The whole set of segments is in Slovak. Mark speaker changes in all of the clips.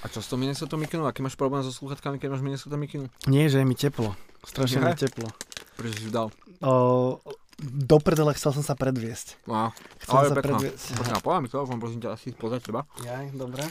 Speaker 1: A čo s tou Minnesota Mikinu? Aký máš problém so sluchatkami, keď máš Minnesota Mikinu?
Speaker 2: Nie, že je mi teplo. Strašne mi
Speaker 1: Je?
Speaker 2: teplo.
Speaker 1: Prečo si ju dal?
Speaker 2: O, do prdele chcel som sa predviesť.
Speaker 1: Á,
Speaker 2: Chcel
Speaker 1: Ale
Speaker 2: sa
Speaker 1: pekná.
Speaker 2: predviesť.
Speaker 1: počkaj, povedz mi telefón, prosím ťa, asi poza teba.
Speaker 2: Jaj, dobre.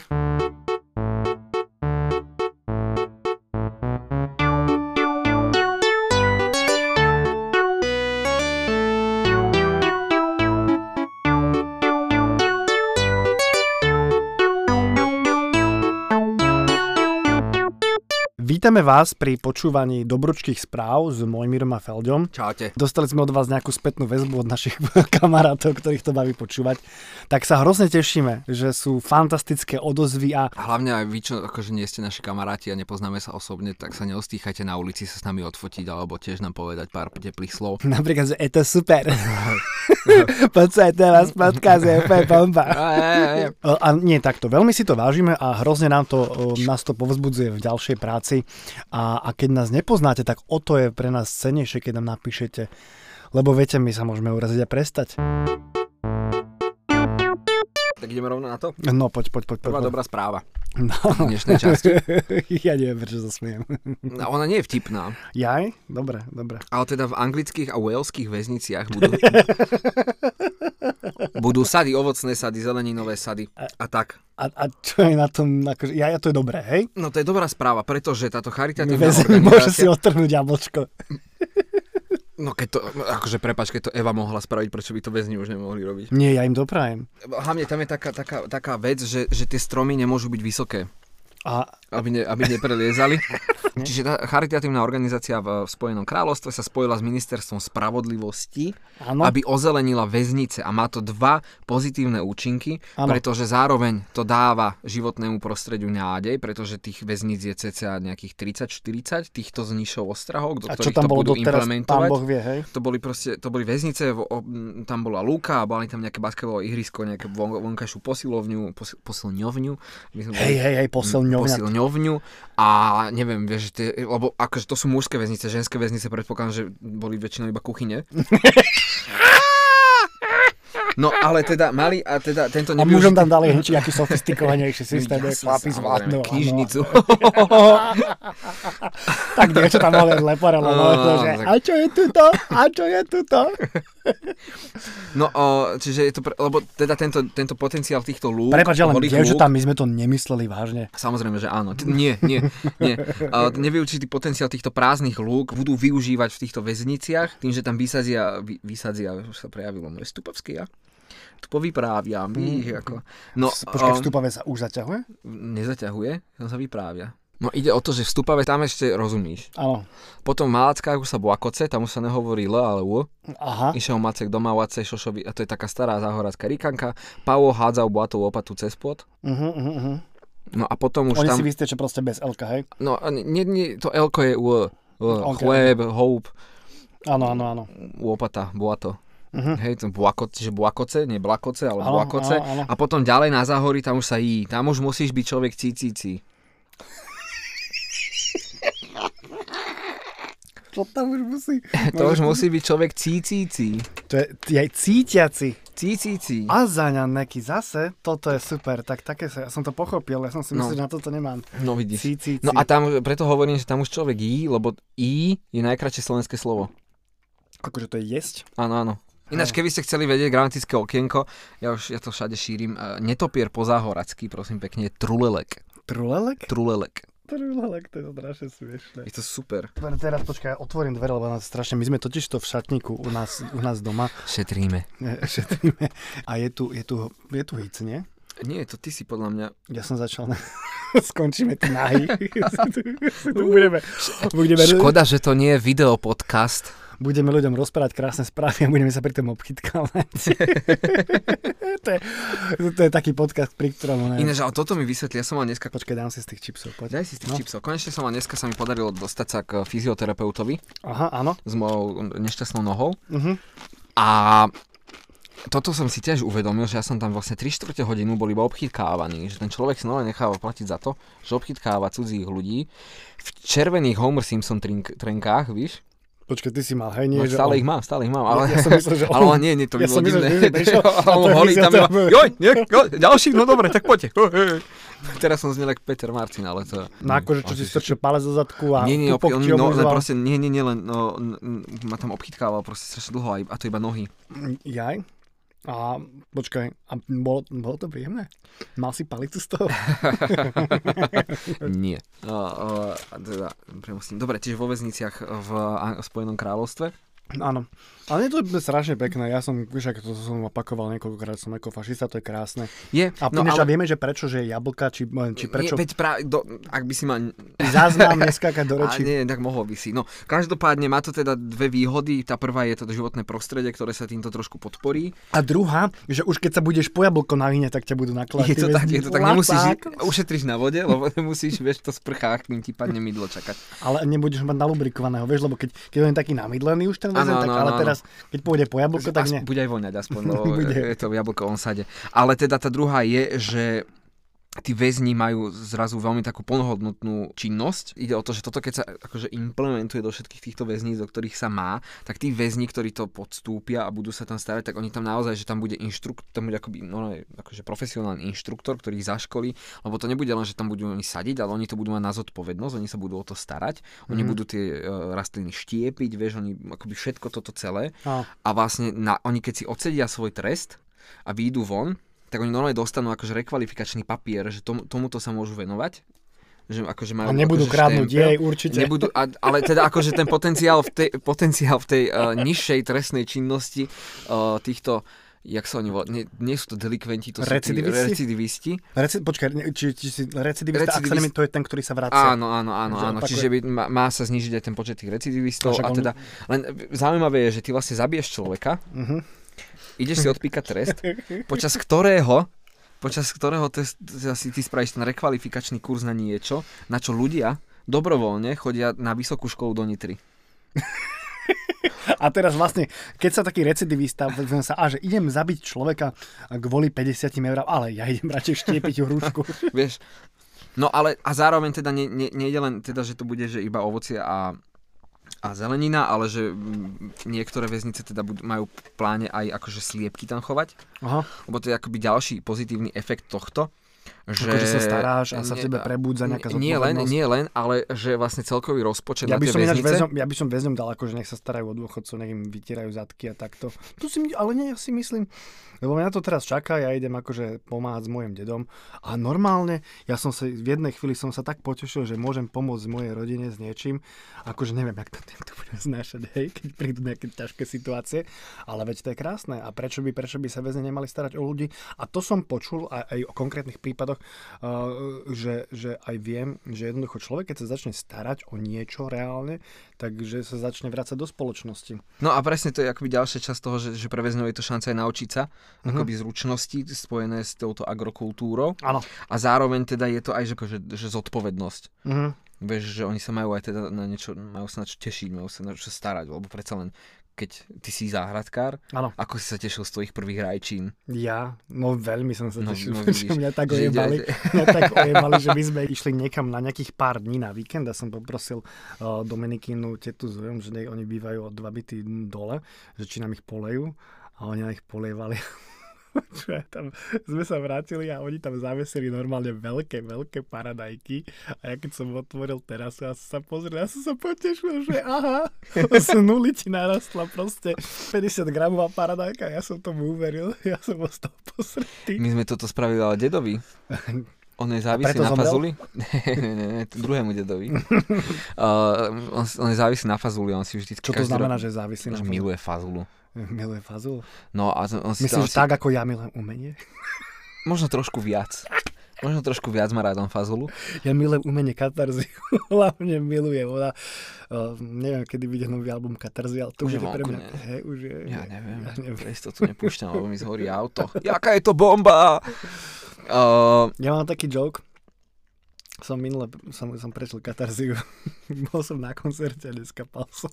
Speaker 2: Vítame vás pri počúvaní dobročkých správ s Mojmirom a Feldom.
Speaker 1: Čaute.
Speaker 2: Dostali sme od vás nejakú spätnú väzbu od našich kamarátov, ktorých to baví počúvať. Tak sa hrozne tešíme, že sú fantastické odozvy a
Speaker 1: A hlavne aj vy, čo akože nie ste naši kamaráti a nepoznáme sa osobne, tak sa neostýchajte na ulici sa s nami odfotiť alebo tiež nám povedať pár teplých slov.
Speaker 2: napríklad, že je to super. Počujete vás podcast, je úplne bomba.
Speaker 1: Á,
Speaker 2: E, A nie takto, veľmi si to vážime a hrozne nám to, e, nás to povzbudzuje v ďalšej práci a, a keď nás nepoznáte, tak o to je pre nás cenejšie, keď nám napíšete, lebo viete, my sa môžeme uraziť a prestať.
Speaker 1: Tak ideme rovno na to.
Speaker 2: No poď, poď, poď. poď.
Speaker 1: Prvá dobrá správa
Speaker 2: No.
Speaker 1: v dnešnej časti.
Speaker 2: ja neviem, prečo sa smiem.
Speaker 1: No, Ona nie je vtipná,
Speaker 2: Jaj? Dobre, dobre.
Speaker 1: ale teda v anglických a waleských väzniciach budú, budú sady, ovocné sady, zeleninové sady a tak.
Speaker 2: A, a čo je na tom, akože, ja, ja to je dobré, hej?
Speaker 1: No to je dobrá správa, pretože táto charitatívna
Speaker 2: Väzeň môže si
Speaker 1: organizácia...
Speaker 2: otrhnúť jablčko.
Speaker 1: No keď to, akože prepač, keď to Eva mohla spraviť, prečo by to väzni už nemohli robiť?
Speaker 2: Nie, ja im doprajem.
Speaker 1: Hlavne tam je taká, taká, taká vec, že, že tie stromy nemôžu byť vysoké,
Speaker 2: A
Speaker 1: aby, ne, aby nepreliezali. Čiže tá charitatívna organizácia v v Spojenom kráľovstve sa spojila s ministerstvom spravodlivosti, no.
Speaker 2: áno,
Speaker 1: aby ozelenila väznice a má to dva pozitívne účinky,
Speaker 2: Áno.
Speaker 1: ano. pretože zároveň to dáva životnému prostrediu nádej, pretože tých väzníc je cca nejakých 30-40, týchto z nižšou ostrahov, do
Speaker 2: a čo
Speaker 1: ktorých
Speaker 2: tam
Speaker 1: to
Speaker 2: bolo
Speaker 1: budú
Speaker 2: doteraz, pán
Speaker 1: implementovať.
Speaker 2: Boh vie, hej?
Speaker 1: To boli proste, to boli väznice, vo- o- m, tam bola lúka, boli tam nejaké basketbalové ihrisko, nejaké von, vonkajšiu posilovňu, posil, posilňovňu. My sme
Speaker 2: Hej,
Speaker 1: boli-
Speaker 2: hej, hej, posilňovňa.
Speaker 1: Mm, posilňovňu a neviem, vieš, že tie, lebo akože to sú mužské väznice, ženské väznice predpokladám, že boli väčšinou iba kuchyne. No ale teda mali, a teda tento
Speaker 2: A mužom
Speaker 1: nevyužitý...
Speaker 2: tam dali hneď nejaký sofistikovanejší systém,
Speaker 1: No, Ja
Speaker 2: jak
Speaker 1: som
Speaker 2: chlapi
Speaker 1: samozrejme,
Speaker 2: zvládnu. áno.
Speaker 1: Knižnicu.
Speaker 2: tak niečo tam bolo leporelo, no,
Speaker 1: Áno,
Speaker 2: to, že,
Speaker 1: tak-
Speaker 2: a čo je tuto? A čo je tuto?
Speaker 1: No, o, čiže je to, pre, lebo teda tento, tento potenciál týchto lúk...
Speaker 2: Prepač, ale
Speaker 1: holých lúk-
Speaker 2: dievčatá, tam my sme to nemysleli vážne.
Speaker 1: Samozrejme, že áno. T- nie, nie, nie. A nevyučitý potenciál týchto prázdnych lúk budú využívať v týchto väzniciach, tým, že tam vysadzia, vy, vysadzia, už sa prejavilo moje stupavské ja? Tu povyprávia, víš, ako... No, o,
Speaker 2: Počkaj, vstupavé sa už zaťahuje?
Speaker 1: nezaťahuje, tam sa vyprávia. No ide o to, že v stupave tam ešte rozumíš.
Speaker 2: Áno.
Speaker 1: Potom v Malackách už sa boakoce, tam už sa nehovorí L, ale U.
Speaker 2: Aha.
Speaker 1: Išiel Macek doma, Oacej, Šošovi, a to je taká stará záhoradská rikanka. Pavo hádzal boatovú opatu cez pod.
Speaker 2: Uh-huh, uh-huh.
Speaker 1: No a potom už
Speaker 2: Oni
Speaker 1: tam...
Speaker 2: si vystečia proste bez LK, hej?
Speaker 1: No, a nie, nie- nie, to L je u, u
Speaker 2: Ok.
Speaker 1: chléb, houp,
Speaker 2: Áno, áno, áno.
Speaker 1: lopata, boato.
Speaker 2: Mhm.
Speaker 1: Hej, to buako, čiže buakoce, nie blakoce, ale
Speaker 2: Áno,
Speaker 1: buakoce.
Speaker 2: áno, áno.
Speaker 1: A potom ďalej na záhory, tam už sa jí. Tam už musíš byť človek cícici.
Speaker 2: To tam už musí.
Speaker 1: To
Speaker 2: Mhm.
Speaker 1: už musí byť človek cícici.
Speaker 2: To je, je aj cítiaci.
Speaker 1: Cícici.
Speaker 2: A zaňa neky zase, toto je super, tak také sa, ja som to pochopil, ja som si
Speaker 1: No.
Speaker 2: myslel, že na toto nemám.
Speaker 1: No vidíš.
Speaker 2: Cí, cí, cí.
Speaker 1: No a tam, preto hovorím, že tam už človek jí, lebo i je najkračšie slovenské slovo.
Speaker 2: Akože to je jesť?
Speaker 1: Áno, áno. Ináč, keby ste chceli vedieť gramatické okienko, ja už ja to všade šírim, eh, netopier pozáhoracký, prosím pekne, je trulelek.
Speaker 2: Trulelek?
Speaker 1: Trulelek.
Speaker 2: Trulelek, to je strašne smiešné.
Speaker 1: Je to super.
Speaker 2: Teraz počkaj, ja otvorím dvere, lebo nás strašne, my sme totiž to v šatníku u nás, u nás doma,
Speaker 1: Šetríme.
Speaker 2: e, šetríme. A je tu, je tu, je tu hic, nie?
Speaker 1: Nie, to ty si podľa mňa.
Speaker 2: Ja som začal, skončíme tu nahy. tu, tu budeme, budeme,
Speaker 1: Škoda, že to nie je video podcast.
Speaker 2: budeme ľuďom rozprávať krásne správy a budeme sa pri tom obchytkávať. to, je, to je taký podcast, pri ktorom... Ne,
Speaker 1: Ináč, ale toto mi vysvetlí, ja som mal dneska...
Speaker 2: Počkaj, dám si z tých čipsov, poď.
Speaker 1: Daj si z tých
Speaker 2: No.
Speaker 1: no. čipsov. Konečne som mal dneska, sa mi podarilo dostať sa k fyzioterapeutovi
Speaker 2: Aha, áno.
Speaker 1: s mojou nešťastnou nohou.
Speaker 2: Uh-huh.
Speaker 1: A toto som si tiež uvedomil, že ja som tam vlastne 3 čtvrte hodinu bol iba obchytkávaný, že ten človek si nové necháva platiť za to, že obchytkáva cudzích ľudí v červených Homer Simpson trink- trenkách, víš?
Speaker 2: Počkaj, ty si mal, hej, nie,
Speaker 1: No,
Speaker 2: že
Speaker 1: stále
Speaker 2: on-
Speaker 1: ich mám, stále ich mám.
Speaker 2: Ja-
Speaker 1: Ale,
Speaker 2: ja som myslel, že
Speaker 1: ale
Speaker 2: on-
Speaker 1: nie, nie, to by
Speaker 2: ja
Speaker 1: bolo
Speaker 2: som myslel,
Speaker 1: divné.
Speaker 2: že ty prišiel a
Speaker 1: on
Speaker 2: tak
Speaker 1: holý
Speaker 2: vyzerá
Speaker 1: tam iba,
Speaker 2: to-
Speaker 1: joj, nie, joj, ďalší, no dobre, tak poďte. Hej, hej. Teraz som znel ako Peter Martin, ale to...
Speaker 2: No akože, čo
Speaker 1: asi
Speaker 2: si
Speaker 1: si-
Speaker 2: strčil palec do zadku a
Speaker 1: Nie, nie,
Speaker 2: pupok
Speaker 1: opi- on,
Speaker 2: ti
Speaker 1: no, len
Speaker 2: oblizoval.
Speaker 1: proste, nie, nie, nie, len no, n- n- ma tam obchytkával proste strašne dlho a, iba- a to iba nohy.
Speaker 2: Mm, Jaj. A počkaj, a bolo, bolo to príjemné? Mal si palicu z toho?
Speaker 1: Nie. No, a teda, premusím. Dobre, čiže vo väzniciach v An- Spojenom kráľovstve.
Speaker 2: Áno. Ale je to strašne pekné. Ja som, však to som opakoval niekoľkokrát, som ako fašista, to je krásne.
Speaker 1: Je,
Speaker 2: A, no, ale... a vieme, že prečo, že je jablka, či, či prečo
Speaker 1: Nie, veď pra, do, ak by si ma...
Speaker 2: zaznám neskákať do
Speaker 1: A
Speaker 2: rečí.
Speaker 1: nie, tak mohol by si. No, každopádne má to teda dve výhody. Tá prvá je to životné prostredie, ktoré sa týmto trošku podporí.
Speaker 2: A druhá, že už keď sa budeš po jablko navíňať, tak ťa budú nakladať.
Speaker 1: je to
Speaker 2: Ty
Speaker 1: tak,
Speaker 2: väzni-
Speaker 1: je to tak,
Speaker 2: Lapák.
Speaker 1: nemusíš, ušetriš na vode, lebo nemusíš, vieš, to sprchách, kým ti padne mydlo čakať.
Speaker 2: Ale nebudeš mať nalubrikovaného, vieš, lebo keď, keď on je taký namydlený už ten väzen,
Speaker 1: Áno, áno,
Speaker 2: tak ale
Speaker 1: áno.
Speaker 2: teraz, keď pôjde po jablko, tak
Speaker 1: Aspoň
Speaker 2: no. nie.
Speaker 1: Bude aj voňať aspoň, lebo
Speaker 2: Bude.
Speaker 1: je to v jablkovom sade. Ale teda tá druhá je, že tí väzni majú zrazu veľmi takú plnohodnotnú činnosť. Ide o to, že toto keď sa akože implementuje do všetkých týchto väzníc, do ktorých sa má, tak tí väzni, ktorí to podstúpia a budú sa tam starať, tak oni tam naozaj, že tam bude inštruktor, tam bude akoby, no, ne, akože profesionálny inštruktor, ktorý ich zaškolí, lebo to nebude len, že tam budú oni sadiť, ale oni to budú mať na zodpovednosť, oni sa budú o to starať, oni
Speaker 2: Mhm.
Speaker 1: budú tie eh, rastliny štiepiť, vieš, oni akoby všetko toto celé
Speaker 2: Á,
Speaker 1: a vlastne na, oni keď si odsedia svoj trest a výjdu von, tak oni normálne dostanú akože rekvalifikačný papier, že tomu, tomuto sa môžu venovať. Že akože majú
Speaker 2: A nebudú
Speaker 1: akože
Speaker 2: kradnúť,
Speaker 1: štempel.
Speaker 2: jej, určite.
Speaker 1: Nebudú, a, ale teda akože ten potenciál v tej, potenciál v tej uh, nižšej trestnej činnosti uh, týchto, jak sa oni volajú, nie, nie sú to delikventi, to sú tí
Speaker 2: Recidivisti?
Speaker 1: recidivisti.
Speaker 2: Reci, počkaj, ne- či, či si recidivista, ak sa
Speaker 1: Recidivist-
Speaker 2: nemýlim, to je ten, ktorý sa vracia.
Speaker 1: Áno, áno, áno,
Speaker 2: Že
Speaker 1: áno.
Speaker 2: opakuje.
Speaker 1: Čiže by, má, má sa znižiť aj ten počet tých recidivistov.
Speaker 2: Však
Speaker 1: A
Speaker 2: on-
Speaker 1: teda, len zaujímavé je, že ty vlastne zabiješ človeka,
Speaker 2: Mhm.
Speaker 1: ideš si odpíkať trest, počas ktorého počas ktorého test, si ty spravíš ten rekvalifikačný kurz na niečo, na čo ľudia dobrovoľne chodia na vysokú školu do Nitry.
Speaker 2: A teraz vlastne, keď sa taký recidivista vezme sa, a že idem zabiť človeka kvôli 50 eur, ale ja idem radšej štiepiť hrušku.
Speaker 1: Vieš? No ale a zároveň teda ne, ne, nejde len teda, že to bude že iba ovocie a, a zelenina, ale že mm, niektoré väznice teda budú, majú v pláne aj akože sliepky tam chovať,
Speaker 2: Aha,
Speaker 1: lebo to je akoby ďalší pozitívny efekt tohto. Že...
Speaker 2: Akože sa staráš a sa v tebe prebúdza nejaká
Speaker 1: Nie len,
Speaker 2: zodpovednosť.
Speaker 1: nie len, ale že vlastne celkový rozpočet
Speaker 2: ja
Speaker 1: na
Speaker 2: by,
Speaker 1: tie
Speaker 2: som ináč
Speaker 1: väznice...
Speaker 2: väzňom, ja by som väzňom dal, akože nech sa starajú o dôchodcov, nech im vytierajú zadky a takto. Tu si, mi- ale nie, ja si myslím, lebo mňa to teraz čaká, ja idem akože pomáhať s mojim dedom a normálne, ja som sa, v jednej chvíli som sa tak potešil, že môžem pomôcť mojej rodine s niečím, akože neviem, jak to, jak to budem znášať, hej, keď prídu nejaké ťažké situácie, ale veď to je krásne a prečo by, prečo by sa väzni nemali starať o ľudí a to som počul aj, aj o konkrétnych prípadoch, Uh, že, že aj viem, že jednoducho človek, keď sa začne starať o niečo reálne, takže sa začne vrácať do spoločnosti.
Speaker 1: No a presne to je akoby ďalšia časť toho, že, že pre väzňov je to šanca aj naučiť sa
Speaker 2: Mhm.
Speaker 1: akoby zručnosti spojené s touto agrokultúrou
Speaker 2: Áno.
Speaker 1: a zároveň teda je to aj že, akože, že zodpovednosť.
Speaker 2: Mhm.
Speaker 1: Vieš, že oni sa majú aj teda na niečo, majú sa na čo tešiť, majú sa na čo starať, lebo predsa len keď ty si záhradkár,
Speaker 2: Áno.
Speaker 1: ako si sa tešil z tvojich prvých rajčín.
Speaker 2: Ja, no veľmi som sa
Speaker 1: No,
Speaker 2: tešil,
Speaker 1: no
Speaker 2: že
Speaker 1: vidíš.
Speaker 2: mňa tak
Speaker 1: Že ide-
Speaker 2: ojebali, mňa tak ojebali, že my sme išli niekam na nejakých pár dní na víkend a som poprosil uh, Dominikínu tetu zujom, že nech oni bývajú o dva byty dole, že či nám ich polejú a oni nám ich polievali. Čo ja tam, sme sa vrátili a oni tam zavesili normálne veľké, veľké paradajky a ja keď som otvoril terasu a som sa pozrel, ja som sa potešil, že aha, z nuly ti narastla proste 50 gramová paradajka, ja som tomu uveril, ja som ostal posretý.
Speaker 1: My sme toto spravili ale dedovi. On je závislý
Speaker 2: preto
Speaker 1: na
Speaker 2: zomrel?
Speaker 1: fazuli. Ne, ne, ne, ne, druhému dedovi. Uh, on, on je závislý na fazuli, on si vždy...
Speaker 2: Čo to znamená, že závislý na
Speaker 1: Že miluje fazulu.
Speaker 2: Miluje fazul.
Speaker 1: No a on si, on
Speaker 2: Myslím, že
Speaker 1: si
Speaker 2: tak ako ja milujem umenie.
Speaker 1: Možno trošku viac. Možno trošku viac má rád on fazulu.
Speaker 2: Ja milujem umenie Katarzy. Hlavne milujem. Ona, uh, neviem, kedy vyjde nový album Katarzy, ale to
Speaker 1: Už je
Speaker 2: už, je pre
Speaker 1: vonku,
Speaker 2: mňa.
Speaker 1: nie?
Speaker 2: Hej, už je.
Speaker 1: Ja neviem,
Speaker 2: Ja neviem.
Speaker 1: pre istotu nepúšťam, lebo mi zhorí auto. Jaká je to bomba? Uh,
Speaker 2: Ja mám taký joke. Som minule, som, som prešiel katarziu. Bol som na koncerte a neskapal som.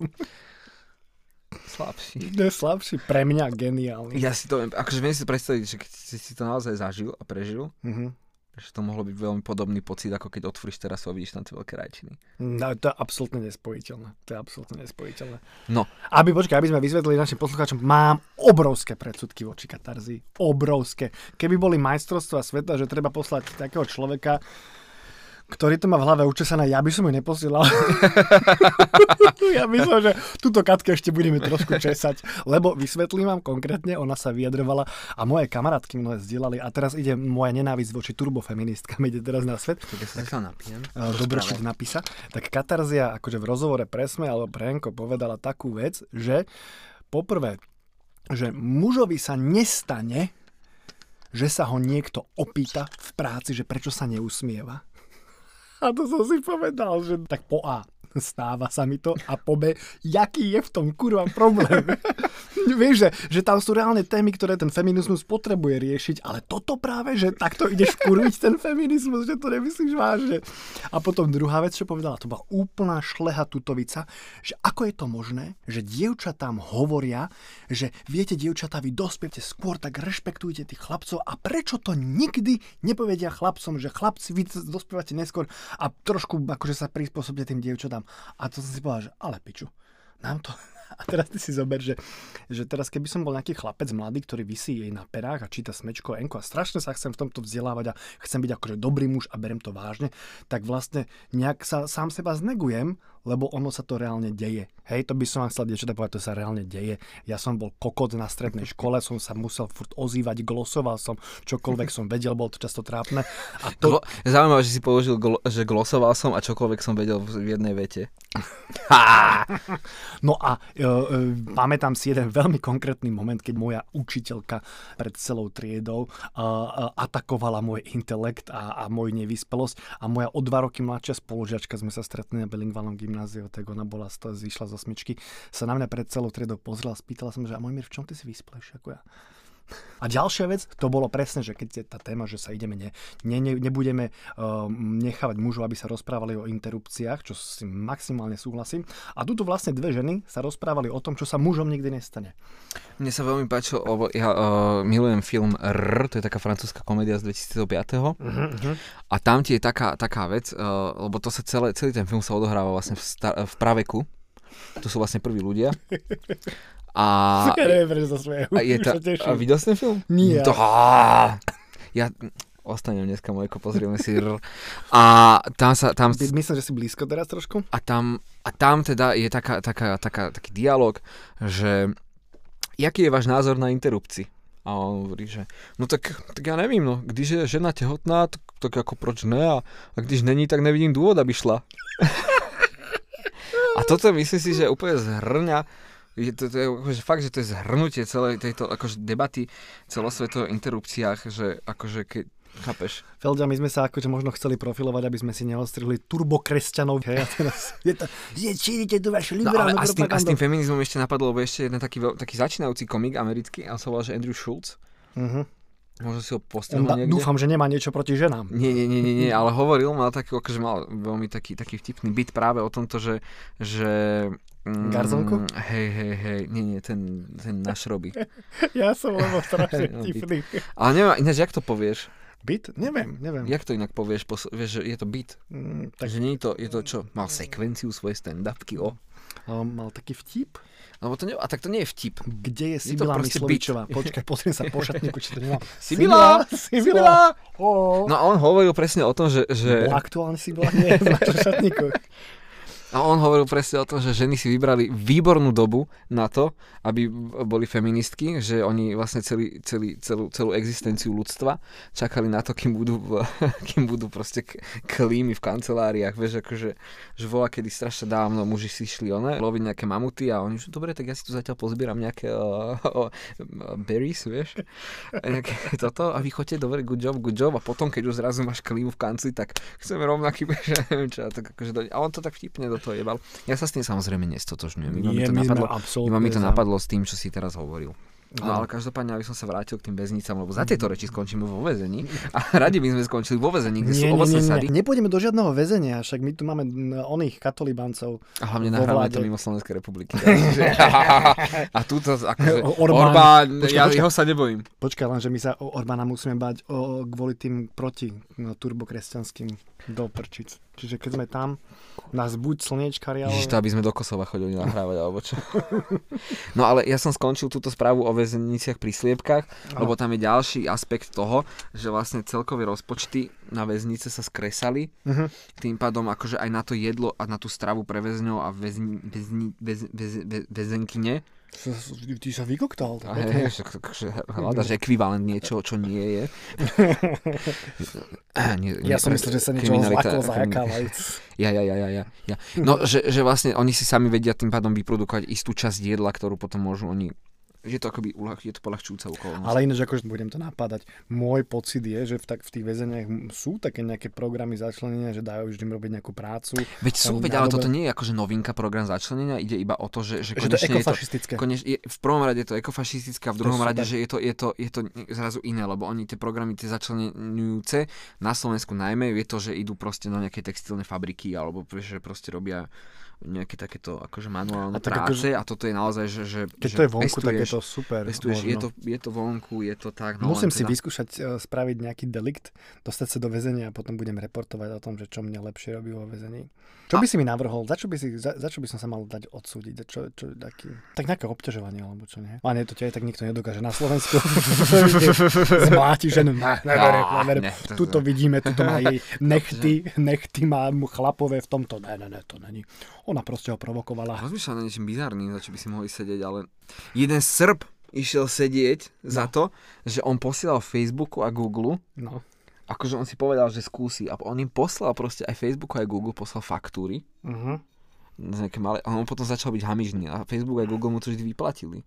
Speaker 1: slabší.
Speaker 2: To je slabší, pre mňa geniálny.
Speaker 1: Ja si to viem, akože viem si to predstaviť, že keď si si to naozaj zažil a prežil,
Speaker 2: Mhm.
Speaker 1: že to mohlo byť veľmi podobný pocit, ako keď otvoríš teraz a vidíš tam tie veľké rajčiny.
Speaker 2: No, to je absolútne nespojiteľné. To je absolútne nespojiteľné.
Speaker 1: No.
Speaker 2: Aby, počkaj, aby sme vysvetlili našim poslucháčom, mám obrovské predsudky voči katarzii. Obrovské. Keby boli majstrovstvá sveta, že treba poslať takého človeka, ktorý to má v hlave učesané, ja by som ju neposielal. ja myslím, že túto katke ešte budeme trošku česať, lebo vysvetlím vám konkrétne, ona sa vyjadrovala a moje kamarátky mnohé zdieľali a teraz ide moja nenávisť voči turbofeministkám, ide teraz na svet.
Speaker 1: Keď sa zatiaľ napijem.
Speaker 2: Dobre, čo napísa. Tak Katarzia akože v rozhovore presme alebo Prenko povedala takú vec, že poprvé, že mužovi sa nestane, že sa ho niekto opýta v práci, že prečo sa neusmieva. A to som si povedal, že tak po A stáva sa mi to a po B, jaký je v tom kurva problém. Vieš, že, že tam sú reálne témy, ktoré ten feminizmus potrebuje riešiť, ale toto práve, že takto ideš kurviť ten feminizmus, že to nemyslíš vážne. A potom druhá vec, čo povedala, to bola úplná šleha tutovica, že ako je to možné, že dievčatám hovoria, že viete, dievčatá, vy dospiete skôr, tak rešpektujte tých chlapcov a prečo to nikdy nepovedia chlapcom, že chlapci, vy dospievate neskôr a trošku akože sa prispôsobte tým dievčatám tam. A to som si povedal, že ale piču, nám to... A teraz ty si zober, že, že teraz keby som bol nejaký chlapec mladý, ktorý vysí jej na perách a číta smečko enko a strašne sa chcem v tomto vzdelávať a chcem byť akože dobrý muž a berem to vážne, tak vlastne nejak sa sám seba znegujem, lebo ono sa to reálne deje. Hej, to by som vám chcel dievčatá povedať, to sa reálne deje. Ja som bol kokot na strednej škole, som sa musel furt ozývať, glosoval som, čokoľvek som vedel, bolo to často trápne. A to,
Speaker 1: Glo- Zaujímavé, že si použil, gl- že glosoval som a čokoľvek som vedel v v jednej vete.
Speaker 2: No a e, e, pamätám si jeden veľmi konkrétny moment, keď moja učiteľka pred celou triedou e, e, atakovala môj intelekt a, a môj nevyspelosť a moja o dva roky mladšia spolužiačka, sme sa stretli na bilingválnom gymnáziu, tak ona bola z toho, zišla z osmičky, sa na mňa pred celou triedou pozrela, spýtala som, že a Mojmir, v čom ty si vyspleš ako ja? A ďalšia vec, to bolo presne, že keď je tá téma, že sa ideme, ne, ne, ne, nebudeme um, nechávať mužov, aby sa rozprávali o interrupciách, čo si maximálne súhlasím. A tu vlastne dve ženy sa rozprávali o tom, čo sa mužom nikdy nestane.
Speaker 1: Mne sa veľmi páčil, lebo ja uh, milujem film R, to je taká francúzska komédia z 2005. A tam ti je taká, taká vec, uh, lebo to sa celé, celý ten film sa odohráva vlastne v, star- v praveku. To sú vlastne prví ľudia. A,
Speaker 2: Ja neviem, prečo sa smejú.
Speaker 1: a, je
Speaker 2: Už
Speaker 1: tá,
Speaker 2: sa teším.
Speaker 1: a videl si ten film? No
Speaker 2: Nie.
Speaker 1: To, ja ostanem dneska, Mojko, pozrieme si. R. A tam sa, tam,
Speaker 2: Ty- Myslím, že si blízko teraz trošku.
Speaker 1: a tam, a tam teda je taká, taká, taká, taký dialog, že jaký je váš názor na interrupci? A on hovorí, že no tak, tak ja nevím, no, když je žena tehotná, tak, tak ako proč ne? A, a když není, tak nevidím dôvod, aby šla. a toto myslím si, že úplne zhrňa je to, to je akože fakt, že to je zhrnutie celej tejto akože debaty celosvetových interrupciách, že akože keď, chápeš?
Speaker 2: Feldia, my sme sa akože možno chceli profilovať, aby sme si neostrili turbokresťanov. Hej, a teraz je to, je, šírite tu vašu
Speaker 1: No ale
Speaker 2: liberálnu
Speaker 1: a s, tým, a s
Speaker 2: propagandu.
Speaker 1: tým feminizmom ešte napadlo, lebo ešte jeden taký, veľ- taký začínajúci komik americký, a on sa volá, že Andrew Schultz.
Speaker 2: Mhm.
Speaker 1: Možno si ho
Speaker 2: On
Speaker 1: postrelil
Speaker 2: da-
Speaker 1: niekde.
Speaker 2: Dúfam, že nemá niečo proti ženám.
Speaker 1: Nie, nie, nie, nie, nie, ale hovoril, mal taký, akože mal veľmi taký, taký vtipný byt práve o tomto, že... že mm,
Speaker 2: Garzonku?
Speaker 1: Hej, hej, hej, nie, nie, ten, ten náš robí.
Speaker 2: Ja som lebo strašne
Speaker 1: No,
Speaker 2: vtipný.
Speaker 1: Ale neviem, ináč, jak to povieš?
Speaker 2: Byt? Neviem, neviem.
Speaker 1: Jak to inak povieš? Pos- vieš, že je to byt.
Speaker 2: Mm, tak
Speaker 1: Takže nie je to, je to čo? Mal sekvenciu svojej stand-upky, o.
Speaker 2: um, mal taký vtip.
Speaker 1: Lebo to ne, a tak to nie je vtip.
Speaker 2: Kde je
Speaker 1: Je to
Speaker 2: Sibila
Speaker 1: proste
Speaker 2: Myslovičová? Počkaj, pozriem sa po šatníku, či to nemám.
Speaker 1: Sibila!
Speaker 2: Sibila! Oh.
Speaker 1: No a on hovoril presne o tom, že... že...
Speaker 2: Bola aktuálne Sibila? Nie, v našom šatníku.
Speaker 1: A on hovoril presne o tom, že ženy si vybrali výbornú dobu na to, aby boli feministky, že oni vlastne celý, celý, celú, celú existenciu ľudstva čakali na to, kým budú, v- kým budú proste k- klímy v kanceláriách, vieš, akože že bola kedy strašne dávno muži si išli one, loviť nejaké mamuty a oni, že dobre, tak ja si tu zatiaľ pozbieram nejaké uh, uh, berries, vieš, a nejaké toto a vy chodte, dobre, good job, good job a potom, keď už zrazu máš klímu v kanci, tak chceme rovnaký, že ja neviem čo, a tak akože do... a on to tak vtipne do toho jebal. Ja sa s tým samozrejme nestotožňujem. Iba mi
Speaker 2: Nie,
Speaker 1: to
Speaker 2: my sme
Speaker 1: napadlo,
Speaker 2: absolútne
Speaker 1: iba mi to
Speaker 2: za.
Speaker 1: napadlo s tým, čo si teraz hovoril. No ale každopádne, aby som sa vrátil k tým väznicám, lebo za tieto reči skončíme vo väzení. A radi by sme skončili vo väzení, kde sú
Speaker 2: Nie, nie,
Speaker 1: ovocné
Speaker 2: nie,
Speaker 1: sady.
Speaker 2: nie. Nepôjdeme do žiadneho väzenia, však my tu máme mm, oných katolibáncov.
Speaker 1: A hlavne
Speaker 2: vo
Speaker 1: nahrávame
Speaker 2: vláde.
Speaker 1: to mimo Slovenskej republiky. Takže- a túto, akože,
Speaker 2: Orbán.
Speaker 1: Orbán,
Speaker 2: Počkaj,
Speaker 1: ja
Speaker 2: počkaj.
Speaker 1: jeho sa nebojím.
Speaker 2: Počkaj len, že my sa o Orbána musíme bať o, kvôli tým proti no, turbokresťanským do prčic. Čiže keď sme tam, nás buď slniečkari, ale...
Speaker 1: Ježiš, to aby sme do Kosova chodili nahrávať, alebo čo. No ale ja som skončil túto správu o väzniciach pri sliepkách, lebo tam je ďalší aspekt toho, že vlastne celkové rozpočty na väznice sa skresali,
Speaker 2: Mhm.
Speaker 1: tým pádom akože aj na to jedlo a na tú stravu pre väzňov a väzni, väzni, väz, väz, väz, väzenkyne.
Speaker 2: Ty sa vykoktal.
Speaker 1: A hej, že- že hľadaš ekvivalent niečoho, čo nie je. Ah, Nie- nie-
Speaker 2: Ja som myslel, že sa niečo
Speaker 1: kriminalita-
Speaker 2: zlakol, zajakal. aj.
Speaker 1: Ja, ja, ja, ja, ja, ja. No, že, že vlastne oni si sami vedia tým pádom vyprodukovať istú časť jedla, ktorú potom môžu oni... Je to akoby uľah, je to polahčujúca okolnosť.
Speaker 2: Ale ináč akože budem to napádať. Môj pocit je, že v, tak, v tých väzeniach sú také nejaké programy začlenenia, že dajú vždy robiť nejakú prácu.
Speaker 1: Veď sú,
Speaker 2: Tam
Speaker 1: veď, ale
Speaker 2: nádobe-
Speaker 1: toto nie je akože novinka program začlenenia, ide iba o to, že, že
Speaker 2: Že to je
Speaker 1: konečne je to...
Speaker 2: ekofašistické.
Speaker 1: Koneč, je, v prvom rade je to ekofašistické a v
Speaker 2: To je
Speaker 1: druhom
Speaker 2: super.
Speaker 1: rade, že je to, je, to, je to zrazu iné, lebo oni tie programy, tie začlenujúce, na Slovensku najmä, je to, že idú proste na nejaké textilné fabriky alebo pr- že proste robia nejaké takéto akože manuálne
Speaker 2: A tak
Speaker 1: práce a toto je naozaj, že, že,
Speaker 2: Keď
Speaker 1: že
Speaker 2: to je vonku, tak je
Speaker 1: pestuješ-
Speaker 2: to super.
Speaker 1: Pestuješ, je
Speaker 2: možno.
Speaker 1: to, je to vonku, je to tak. No, len
Speaker 2: Musím si
Speaker 1: teda-
Speaker 2: vyskúšať e, spraviť nejaký delikt, dostať sa do väzenia a potom budem reportovať o tom, že čo mne lepšie robí vo väzení. Čo by si mi navrhol? Za čo by, si, za, za čo by som sa mal dať odsúdiť? Za čo, čo, aký, tak nejaké obťažovanie alebo čo nie? A nie, to ťa aj tak nikto nedokáže na Slovensku. Zmáti ženu. Ne, never,
Speaker 1: Á,
Speaker 2: never.
Speaker 1: ne, to-
Speaker 2: Tuto vidíme, tuto má jej nechty, nechty má mu chlapové v tomto. Ne, ne, ne, to není. Ona proste ho provokovala.
Speaker 1: Rozmýšľam na niečím bizarným, za čo by si mohli sedieť, ale jeden Srb išiel sedieť za to, že on posielal Facebooku a Google,
Speaker 2: No.
Speaker 1: akože on si povedal, že skúsi a on im poslal proste aj Facebooku aj Google poslal faktúry
Speaker 2: Uh-huh.
Speaker 1: z nejaké malé, a on potom začal byť hamižný a Facebook aj Google mu to vždy vyplatili.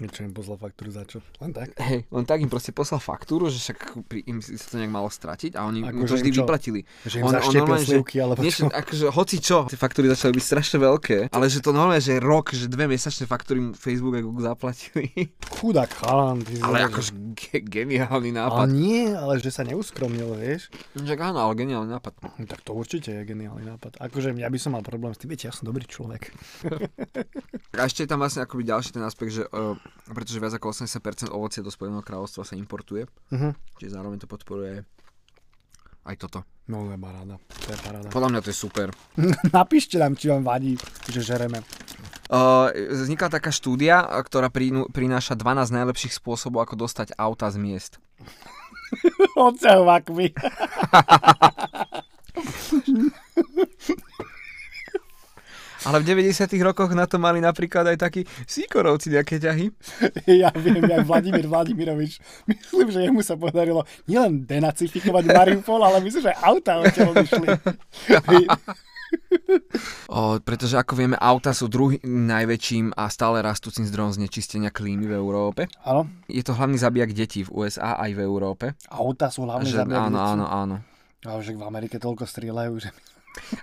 Speaker 2: Niečo im poslal faktúru za čo? Len tak?
Speaker 1: Hej, on tak im proste poslal faktúru, že však pri im sa to nejak malo stratiť a oni mu to
Speaker 2: Akože im
Speaker 1: vždy
Speaker 2: čo?
Speaker 1: vyplatili.
Speaker 2: Že im zaštiepil
Speaker 1: normálne, že-
Speaker 2: slivky alebo
Speaker 1: Niečo,
Speaker 2: čo?
Speaker 1: akože hoci čo, tie faktúry začali byť strašne veľké, ale že to normálne, že rok, že dve mesačné faktúry mu Facebook a Google zaplatili.
Speaker 2: Chudák chalan. Ty
Speaker 1: Ale
Speaker 2: zle,
Speaker 1: akože
Speaker 2: že-
Speaker 1: ge- geniálny
Speaker 2: Ale
Speaker 1: nápad.
Speaker 2: nie, ale že sa neuskromnil, vieš.
Speaker 1: Že áno, ale geniálny nápad.
Speaker 2: No, Tak to určite je geniálny nápad. Akože ja by som mal problém s tým, viete, ja som dobrý človek.
Speaker 1: A ešte je tam vlastne akoby ďalší ten aspekt, že uh, pretože viac ako 80% ovocie do Spojeného kráľovstva sa importuje,
Speaker 2: Mhm.
Speaker 1: čiže zároveň to podporuje aj- aj toto.
Speaker 2: No, to je paráda. To je paráda.
Speaker 1: Podľa mňa to je super.
Speaker 2: Napíšte nám, či vám vadí, že žereme.
Speaker 1: Uh, vznikla taká štúdia, ktorá prinú, prináša 12 najlepších spôsobov, ako dostať auta z miest.
Speaker 2: Ocehovakmi.
Speaker 1: Ale v 90 rokoch na to mali napríklad aj takí síkorovci nejaké ťahy.
Speaker 2: Ja viem, jak Vladimír Vladimirovič. Myslím, že jemu sa podarilo nielen denacifikovať Mariupol, ale myslím, že aj auta od teho vyšli.
Speaker 1: O, pretože ako vieme, auta sú druhým najväčším a stále rastúcim zdrojom znečistenia klímy v Európe.
Speaker 2: Áno,
Speaker 1: Je to hlavný zabijak detí v USA aj v Európe.
Speaker 2: auta sú hlavne
Speaker 1: Že,
Speaker 2: zabijak
Speaker 1: áno,
Speaker 2: detí.
Speaker 1: áno, áno.
Speaker 2: Ale však v Amerike toľko strieľajú, že...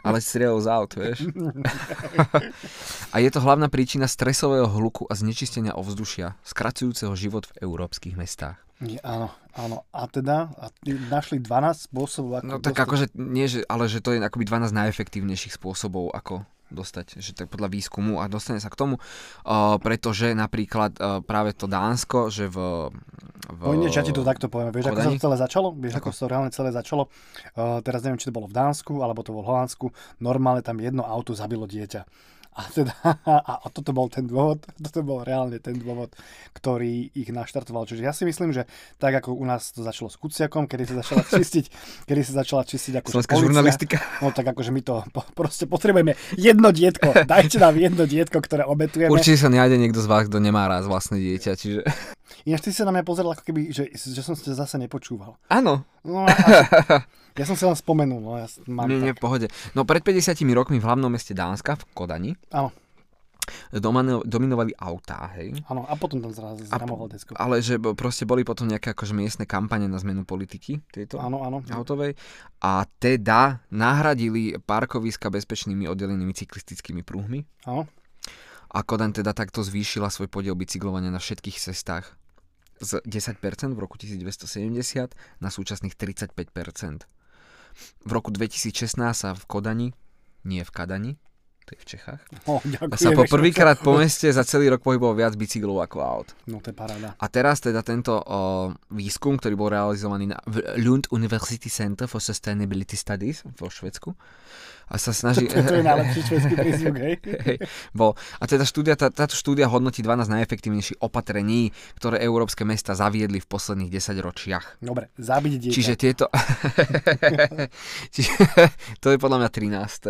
Speaker 1: Ale strieľajú z aut, vieš. a je to hlavná príčina stresového hluku a znečistenia ovzdušia, skracujúceho život v európskych mestách.
Speaker 2: Nie, áno, áno. A teda a ty- našli 12 spôsobov, ako...
Speaker 1: No tak
Speaker 2: dostať-
Speaker 1: akože, nie, že, ale že to je akoby 12 najefektívnejších spôsobov, ako dostať, že tak podľa výskumu a dostane sa k tomu, uh, pretože napríklad uh, práve to Dánsko, že v... v
Speaker 2: No ináč, ja ti to takto poviem. Vieš, ako sa
Speaker 1: Kodani?
Speaker 2: to celé začalo? Vieš, ako
Speaker 1: Ako?
Speaker 2: sa to reálne celé začalo? Uh, teraz neviem, či to bolo v Dánsku, alebo to bolo v Holandsku. Normálne tam jedno auto zabilo dieťa. A, teda, a toto bol ten dôvod, toto bol reálne ten dôvod, ktorý ich naštartoval. Čiže ja si myslím, že tak ako u nás to začalo s Kuciakom, kedy sa začala čistiť, kedy sa začala čistiť ako
Speaker 1: Slovenská žurnalistika.
Speaker 2: No tak akože my to po, proste potrebujeme jedno dietko. Dajte nám jedno dietko, ktoré obetujeme.
Speaker 1: Určite sa nájde niekto z vás, kto nemá rád vlastné dieťa, čiže...
Speaker 2: Ináč ty si na mňa pozeral ako keby, že, že som ťa zase nepočúval.
Speaker 1: Áno,
Speaker 2: No, a- ja som si len spomenul, no ja s- mám
Speaker 1: nie, nie,
Speaker 2: tak.
Speaker 1: v pohode. No pred 50 rokmi v hlavnom meste Dánska, v Kodani,
Speaker 2: Áno,
Speaker 1: domano- dominovali autá, hej.
Speaker 2: áno, a potom tam zrazu
Speaker 1: A po-
Speaker 2: zramoval desko.
Speaker 1: Ale že bo- proste boli potom nejaké akože miestne kampane na zmenu politiky tejto
Speaker 2: Áno, áno.
Speaker 1: autovej a teda nahradili parkoviska bezpečnými oddelenými cyklistickými prúhmi
Speaker 2: áno.
Speaker 1: A Kodaň teda takto zvýšila svoj podiel bicyklovania na všetkých cestách z 10% v roku 1970 na súčasných 35%. V roku 2016 sa v Kodani, nie v Kadani, to je v Čechách,
Speaker 2: O, ďakujem,
Speaker 1: sa
Speaker 2: ešte.
Speaker 1: poprvýkrát po meste za celý rok pohyboval viac bicyklov ako aut.
Speaker 2: No to je paráda.
Speaker 1: A teraz teda tento o, výskum, ktorý bol realizovaný na v Lund University Center for Sustainability Studies vo Švedsku, a sa snaží...
Speaker 2: To je najlepší švedský prízvuk, hej?
Speaker 1: Hej, bol. A teda štúdia, tá, táto štúdia hodnotí 12 najefektívnejších opatrení, ktoré európske mesta zaviedli v posledných 10 ročiach.
Speaker 2: Dobre, zabiť dieťa.
Speaker 1: Čiže tieto... Čiže, to je podľa mňa 13. To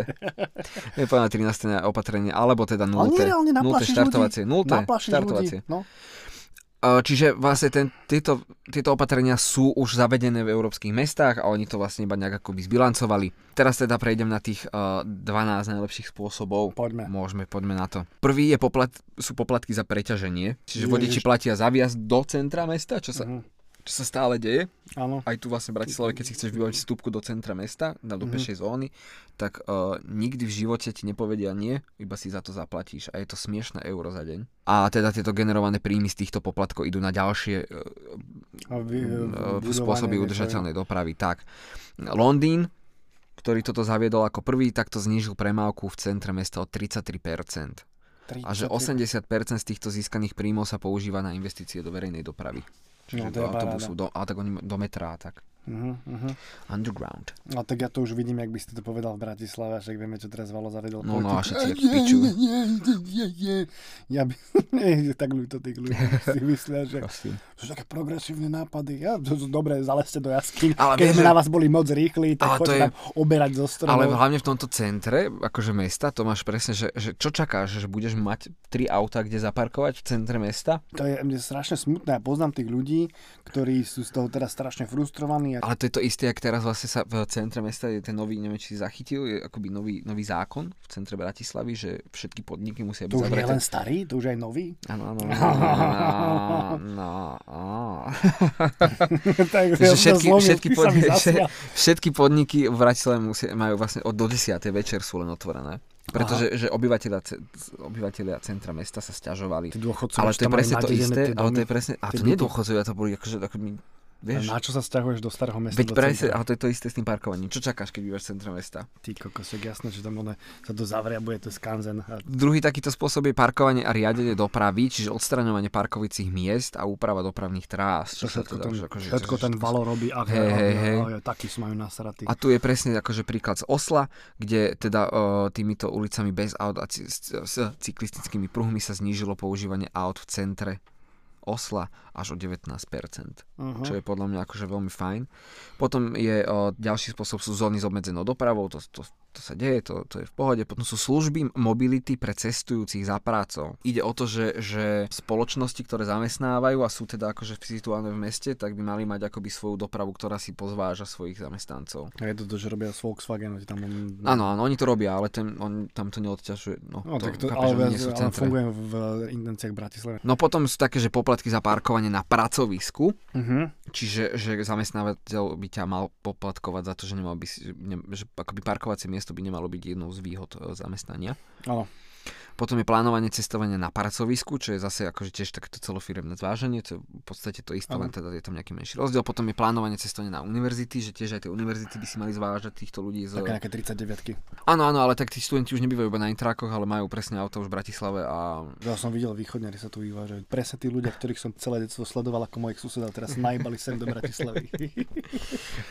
Speaker 1: je podľa mňa 13. na opatrenie, alebo teda
Speaker 2: Ale nie,
Speaker 1: nulté.
Speaker 2: reálne
Speaker 1: Nulté
Speaker 2: naplašíš
Speaker 1: štartovacie.
Speaker 2: ľudí.
Speaker 1: Nulté
Speaker 2: Naplašíš ľudí.
Speaker 1: štartovacie.
Speaker 2: No,
Speaker 1: A Čiže vlastne ten, tieto, tieto opatrenia sú už zavedené v európskych mestách a oni to vlastne iba nejak akoby zbilancovali. Teraz teda prejdem na tých uh, 12 najlepších spôsobov.
Speaker 2: poďme.
Speaker 1: Môžeme, poďme na to. Prvý je poplat, sú poplatky za preťaženie, čiže
Speaker 2: Ježiš.
Speaker 1: vodiči platia za vjazd do centra mesta, čo sa,
Speaker 2: Mhm,
Speaker 1: čo sa stále deje.
Speaker 2: Áno.
Speaker 1: Aj tu vlastne v Bratislave, keď si chceš vybaviť vstúpku do centra mesta, na do
Speaker 2: Mhm.
Speaker 1: pešej zóny, tak uh, nikdy v živote ti nepovedia nie, iba si za to zaplatíš. A je to smiešné euro za deň. A teda tieto generované príjmy z týchto poplatkov idú na ďalšie eh,
Speaker 2: A
Speaker 1: v
Speaker 2: vy- budovanie
Speaker 1: Mm, e, spôsoby
Speaker 2: niečoho.
Speaker 1: udržateľnej dopravy. Tak, Londýn, ktorý toto zaviedol ako prvý, takto znížil premávku v centre mesta o 33%. A že 80%
Speaker 2: 33.
Speaker 1: z týchto získaných príjmov sa používa na investície do verejnej dopravy. Čiže
Speaker 2: No, to
Speaker 1: do
Speaker 2: je
Speaker 1: autobusu,
Speaker 2: paráda.
Speaker 1: do, a tak oni do metra a tak.
Speaker 2: Mhm, mhm.
Speaker 1: Underground.
Speaker 2: No tak ja to už vidím, jak by si to povedal v Bratislave, však vieme, čo teraz Valo zavedol.
Speaker 1: No, no, a všetci jak v
Speaker 2: je,
Speaker 1: piču.
Speaker 2: je, je, je, je, je. Ja by... Nie, tak ľúto tých ľudí si myslia, že
Speaker 1: Prosím.
Speaker 2: to sú také progresívne nápady. Ja, to sú dobre, zaleste do jaskyň.
Speaker 1: Ale
Speaker 2: Keď
Speaker 1: vieš,
Speaker 2: sme
Speaker 1: že-
Speaker 2: na vás boli moc
Speaker 1: Ale
Speaker 2: rýchli, tak
Speaker 1: to je-
Speaker 2: poďte tam oberať zo stromov.
Speaker 1: Ale hlavne v tomto centre, akože mesta, to máš presne, že, že čo čakáš, že budeš mať tri auta, kde zaparkovať v centre mesta?
Speaker 2: To je mne strašne smutné. Ja poznám tých ľudí, ktorí sú z toho teraz strašne frustrovaní. A...
Speaker 1: Ale to je to isté, jak teraz vlastne sa v centre mesta je ten nový, neviem, či si zachytil, je akoby nový, nový zákon v centre Bratislavy, že všetky podniky musia byť
Speaker 2: To už nie je
Speaker 1: zavreté.
Speaker 2: len starý, to už aj nový.
Speaker 1: Áno, áno, áno, áno, áno, áno.
Speaker 2: Takže
Speaker 1: Takže
Speaker 2: ja som sa
Speaker 1: všetky,
Speaker 2: zlomil,
Speaker 1: všetky,
Speaker 2: ty sa mi
Speaker 1: podniky,
Speaker 2: zasmial.
Speaker 1: všetky podniky v Bratislave musia, majú vlastne od do 10. večer sú len otvorené. Pretože že obyvateľia, ce- obyvateľia centra mesta sa
Speaker 2: Tí
Speaker 1: stiažovali.
Speaker 2: dôchodcovia,
Speaker 1: Ale
Speaker 2: čo
Speaker 1: to je
Speaker 2: tam majú
Speaker 1: presne to
Speaker 2: nadedené
Speaker 1: isté.
Speaker 2: tie
Speaker 1: Ale to
Speaker 2: domy.
Speaker 1: je presne, a
Speaker 2: tie
Speaker 1: to
Speaker 2: byty.
Speaker 1: nedôchodcovia to boli akože, ako my, vieš.
Speaker 2: Na čo sa stiahuješ do starého mesta?
Speaker 1: Veď
Speaker 2: do
Speaker 1: presne,
Speaker 2: centra?
Speaker 1: ale to je to isté s tým parkovaním. Čo čakáš, keď bývaš v centre mesta?
Speaker 2: Ty kokosek, jasné, že tam ono sa to zavria, bude to skanzen. A
Speaker 1: Druhý takýto spôsob je parkovanie a riadenie dopravy, čiže odstraňovanie parkovicích miest a úprava dopravných trás.
Speaker 2: Čo
Speaker 1: sa
Speaker 2: všetko,
Speaker 1: teda
Speaker 2: ten,
Speaker 1: už akože-
Speaker 2: všetko ten valo robí, a
Speaker 1: Hej, hej, hej.
Speaker 2: taký sú majú nasratý.
Speaker 1: A tu je presne akože príklad z Osla, kde teda o, týmito ulicami bez aut a ci- s, s cyklistickými pruhmi sa znížilo používanie aut v centre Osla až o 19%,
Speaker 2: uh-huh.
Speaker 1: čo je podľa mňa akože veľmi fajn. Potom je o, ďalší spôsob sú zóny s obmedzenou dopravou, to, to, to sa deje, to, to je v pohode. Potom sú služby mobility pre cestujúcich za prácou. Ide o to, že, že spoločnosti, ktoré zamestnávajú a sú teda akože situované v meste, tak by mali mať akoby svoju dopravu, ktorá si pozváža svojich zamestnancov.
Speaker 2: A je to to, že robia s Volkswagenu, ti tam... on-
Speaker 1: Áno, áno, oni to robia, ale ten, on tam to neodťažuje. No,
Speaker 2: No,
Speaker 1: to,
Speaker 2: tak to,
Speaker 1: chápeš,
Speaker 2: ale,
Speaker 1: oni nie sú v
Speaker 2: ale
Speaker 1: centre.
Speaker 2: funguje v eh, intenciách Bratislave.
Speaker 1: No potom sú také, že poplatky za parkovanie na pracovisku,
Speaker 2: Uh-huh.
Speaker 1: čiže že zamestnávateľ by ťa mal poplatkovať za to, že, nemal by si, ne, že akoby parkovacie miesto by nemalo byť jednou z výhod e, zamestnania.
Speaker 2: Áno.
Speaker 1: Potom je plánovanie cestovania na pracovisku, čo je zase akože tiež takéto celofiremné zváženie, to je v podstate to isté,
Speaker 2: Áno.
Speaker 1: len teda je tam nejaký menší rozdiel. Potom je plánovanie cestovania na univerzity, že tiež aj tie univerzity by si mali zvážať týchto ľudí z...
Speaker 2: Také nejaké 39
Speaker 1: Áno, áno, ale tak tí študenti už nebývajú iba na intrákoch, ale majú presne auto už v Bratislave a...
Speaker 2: Ja som videl východňari sa tu vyvážajú. Presne tí ľudia, ktorých som celé detstvo sledoval ako mojich susedov, teraz najbali sem do Bratislavy.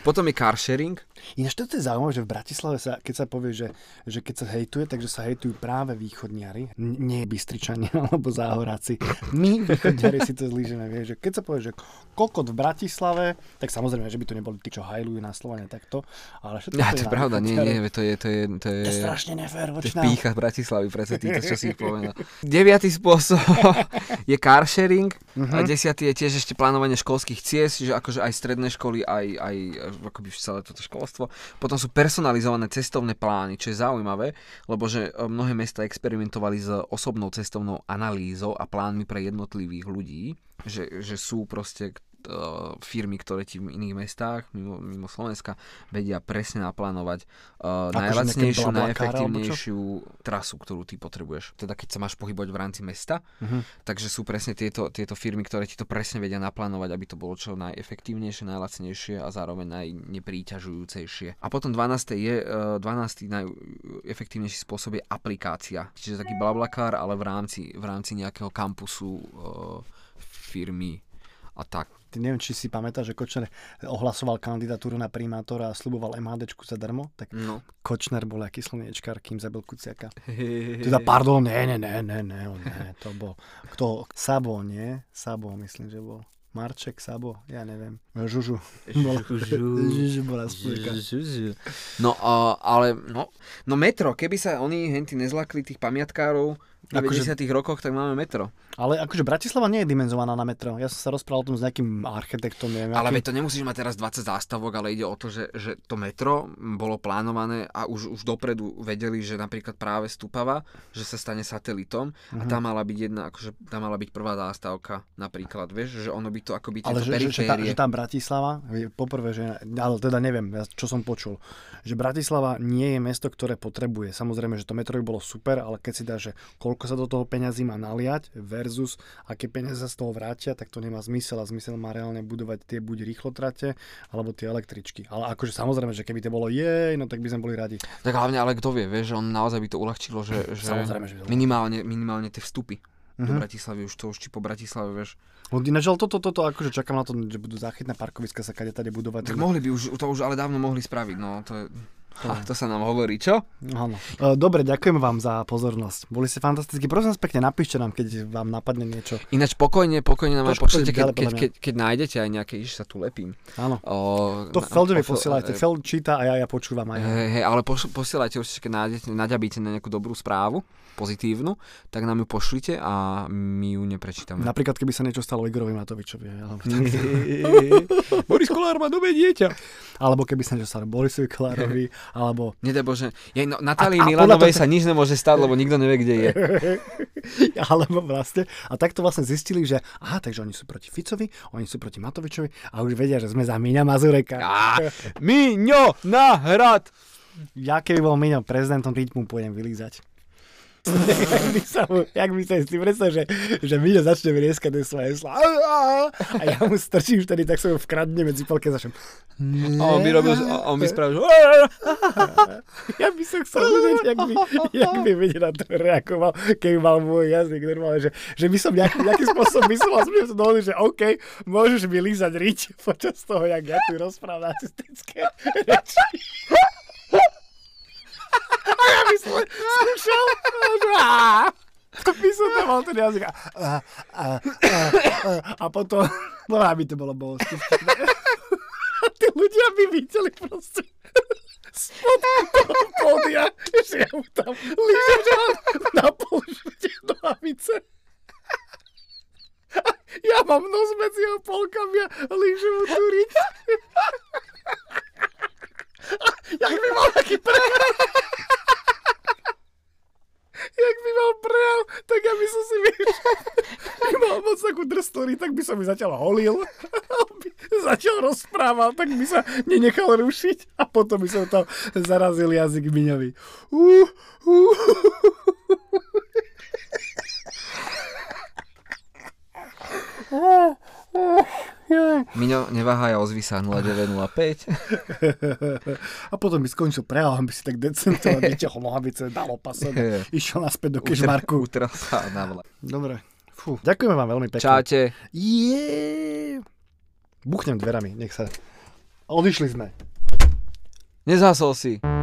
Speaker 1: Potom je car sharing.
Speaker 2: Ináč toto je zaujímavé, že v Bratislave sa, keď sa povie, že, že keď sa hejtuje, takže sa hejtujú práve východňari, N- nie bystričania alebo záhoráci. My východňari si to zlížeme, vieš, že keď sa povie, že kokot v Bratislave, tak samozrejme, že by to neboli tí, čo hajlujú na Slovene takto, ale všetko
Speaker 1: Ja, to
Speaker 2: je
Speaker 1: je
Speaker 2: na
Speaker 1: pravda, nie, nie,
Speaker 2: východňare.
Speaker 1: veď to je, to je, to je,
Speaker 2: To je strašne
Speaker 1: to
Speaker 2: nefér,
Speaker 1: je
Speaker 2: vočná.
Speaker 1: pícha v Bratislavi, presne týto, čo si ich povedal. Deviatý spôsob je car sharing a desiatý je tiež ešte plánovanie školských ciest, že akože aj stredné školy, aj, aj eh, akoby celé toto školstvo. Potom sú personalizované cestovné plány, čo je zaujímavé, lebo že eh, mnohé mesta experimentovali s osobnou cestovnou analýzou a plánmi pre jednotlivých ľudí, že, že sú proste uh, firmy, ktoré ti v iných mestách, mimo, mimo Slovenska, vedia presne naplánovať uh,
Speaker 2: Akože
Speaker 1: najlacnejšiu,
Speaker 2: nejaké blablakára
Speaker 1: najefektívnejšiu trasu, ktorú ty potrebuješ. Teda keď sa máš pohybovať v rámci mesta,
Speaker 2: Mhm.
Speaker 1: takže sú presne tieto, tieto firmy, ktoré ti to presne vedia naplánovať, aby to bolo čo najefektívnejšie, najlacnejšie a zároveň najnepríťažujúcejšie. A potom 12. je, uh, 12. najefektívnejší spôsob je aplikácia. Čiže taký blablakár, ale v rámci, v rámci nejakého kampusu uh, firmy a tak.
Speaker 2: Ty neviem, či si pamätáš, že Kočner ohlasoval kandidatúru na primátora a sluboval MHDčku zadarmo, tak
Speaker 1: No.
Speaker 2: Kočner bol aký slniečkár, kým zabil Kuciaka. Teda, pardon, ne, ne, ne, ne, ne, on ne, to bol, kto, Sabo, nie? Sabo, myslím, že bol. Marček, Sabo, ja neviem. Žužu. Bola, Žužu bola spúrka.
Speaker 1: No, a, ale, no, no metro, keby sa oni henty nezlakli tých pamiatkárov v
Speaker 2: Akože-
Speaker 1: 90 rokoch, tak máme metro.
Speaker 2: Ale akože Bratislava nie je dimenzovaná na metro. Ja som sa rozprával o tom s nejakým architektom, neviem.
Speaker 1: Ale
Speaker 2: akým.
Speaker 1: veď to nemusíš mať teraz 20 zástavok, ale ide o to, že, že to metro bolo plánované a už, už dopredu vedeli, že napríklad práve Stupava, že sa stane satelitom a
Speaker 2: Mhm.
Speaker 1: tam mala byť jedna, akože tam mala byť prvá zástavka napríklad, vieš, že ono by to akoby tieto
Speaker 2: Ale že, že, že, tá,
Speaker 1: periférie-
Speaker 2: že tá Bratislava, je- poprvé, že, ale teda neviem, ja, čo som počul, že Bratislava nie je mesto, ktoré potrebuje. Samozrejme, že to metro by bolo super, ale keď si dá, že koľko sa do toho peňazí má naliať versus aké peniaze sa z toho vrátia, tak to nemá zmysel a zmysel má reálne budovať tie buď rýchlotrate, alebo tie električky. Ale akože samozrejme, že keby to bolo jej, no tak by sme boli radi.
Speaker 1: Tak hlavne, ale kto vie, vieš, že on naozaj by to uľahčilo, že, že,
Speaker 2: Samozrejme, že by to uľahčilo. Mhm.
Speaker 1: minimálne, minimálne tie vstupy do Bratislavy, už to už či po Bratislave, vieš.
Speaker 2: No ináč, ale toto, toto, akože čakám na to, že budú záchytné parkoviska sa kade tade budovať.
Speaker 1: Tak mohli by už, to už ale dávno mohli spraviť, no to je... Ha, to sa nám hovorí, čo?
Speaker 2: Áno. E, Dobre, ďakujem vám za pozornosť. Boli ste fantastickí. Prosím vás pekne, napíšte nám, keď vám napadne niečo.
Speaker 1: Ináč pokojne, pokojne nám aj
Speaker 2: Trošku
Speaker 1: pošlite,
Speaker 2: idem
Speaker 1: keď,
Speaker 2: ďalej, podľa
Speaker 1: keď,
Speaker 2: mňa.
Speaker 1: keď, keď, nájdete aj nejaké, iš sa tu lepím.
Speaker 2: Áno.
Speaker 1: O,
Speaker 2: To
Speaker 1: na-
Speaker 2: Feldovi
Speaker 1: pofel-
Speaker 2: posielajte.
Speaker 1: e,
Speaker 2: Feld číta a ja, ja počúvam aj. ja.
Speaker 1: Hej, hej, ale poš- posielajte určite, keď nájdete, naďabíte na nejakú dobrú správu, pozitívnu, tak nám ju pošlite a my ju neprečítame.
Speaker 2: Napríklad, keby sa niečo stalo Igorovi Matovičovi. Alebo,
Speaker 1: Boris Kolár má nové dieťa.
Speaker 2: alebo keby sa niečo stalo Borisovi Kolárovi. Alebo
Speaker 1: Nedaj Bože. Ja, no, Natálii
Speaker 2: A- a podľa
Speaker 1: Milanovej
Speaker 2: toho-
Speaker 1: sa nič nemôže stať, lebo nikto nevie, kde je.
Speaker 2: Alebo vlastne. A takto vlastne zistili, že aha, takže oni sú proti Ficovi, oni sú proti Matovičovi a už vedia, že sme za Míňa Mazureka.
Speaker 1: Á, Miňo na hrad!
Speaker 2: Ja keby bol Míňo prezidentom, keď mu pôjdem vylízať. jak by sa mu, jak by sa si predstav, že, že Míňo začne vrieskať tie svoje slá. A ja mu strčím vtedy, tak sa mu vkradne medzi polke začnem.
Speaker 1: A on by robil, a on by spravil, že...
Speaker 2: Ja by som chcel vedieť, jak by, jak by vedieť na to reagoval, keby mal môj jazyk normálne, že, že by som nejaký, nejaký spôsob myslel a sme sa dohodli, že OK, môžeš mi lízať riť počas toho, jak ja tu rozprávam nacistické reči. A ja by som skúšal, že á, to by som tam mal ten jazyk. A, a, a, a, a, a potom, no aby to bolo bolesti. A tí ľudia by videli proste spod toho pódia, že ja mu tam lížem, že mám na polžite do lavice. A Ja mám nos medzi jeho polkami a lížem mu tu riť. A Jak by mal taký prejav? Jak by mal prejav, tak ja by som si vieš, by mal moc takú drstorý, tak by som mi zatiaľ holil. On by Zatiaľ rozprával, tak by sa nenechal rušiť a potom by som tam zarazil jazyk Miňovi. Uh, uh. Uh,
Speaker 1: Miňo, neváhaj a ozvi sa 0905.
Speaker 2: A potom by skončil prejav, on by si tak decentne vyťahol nohavice, dal opasok, išiel naspäť do kežmarku.
Speaker 1: Utral sa na vla.
Speaker 2: Dobre. Fú. Ďakujeme vám veľmi pekne.
Speaker 1: Čaute.
Speaker 2: Yeah. Buchnem dverami, nech sa... Odišli sme.
Speaker 1: Nezhasol si.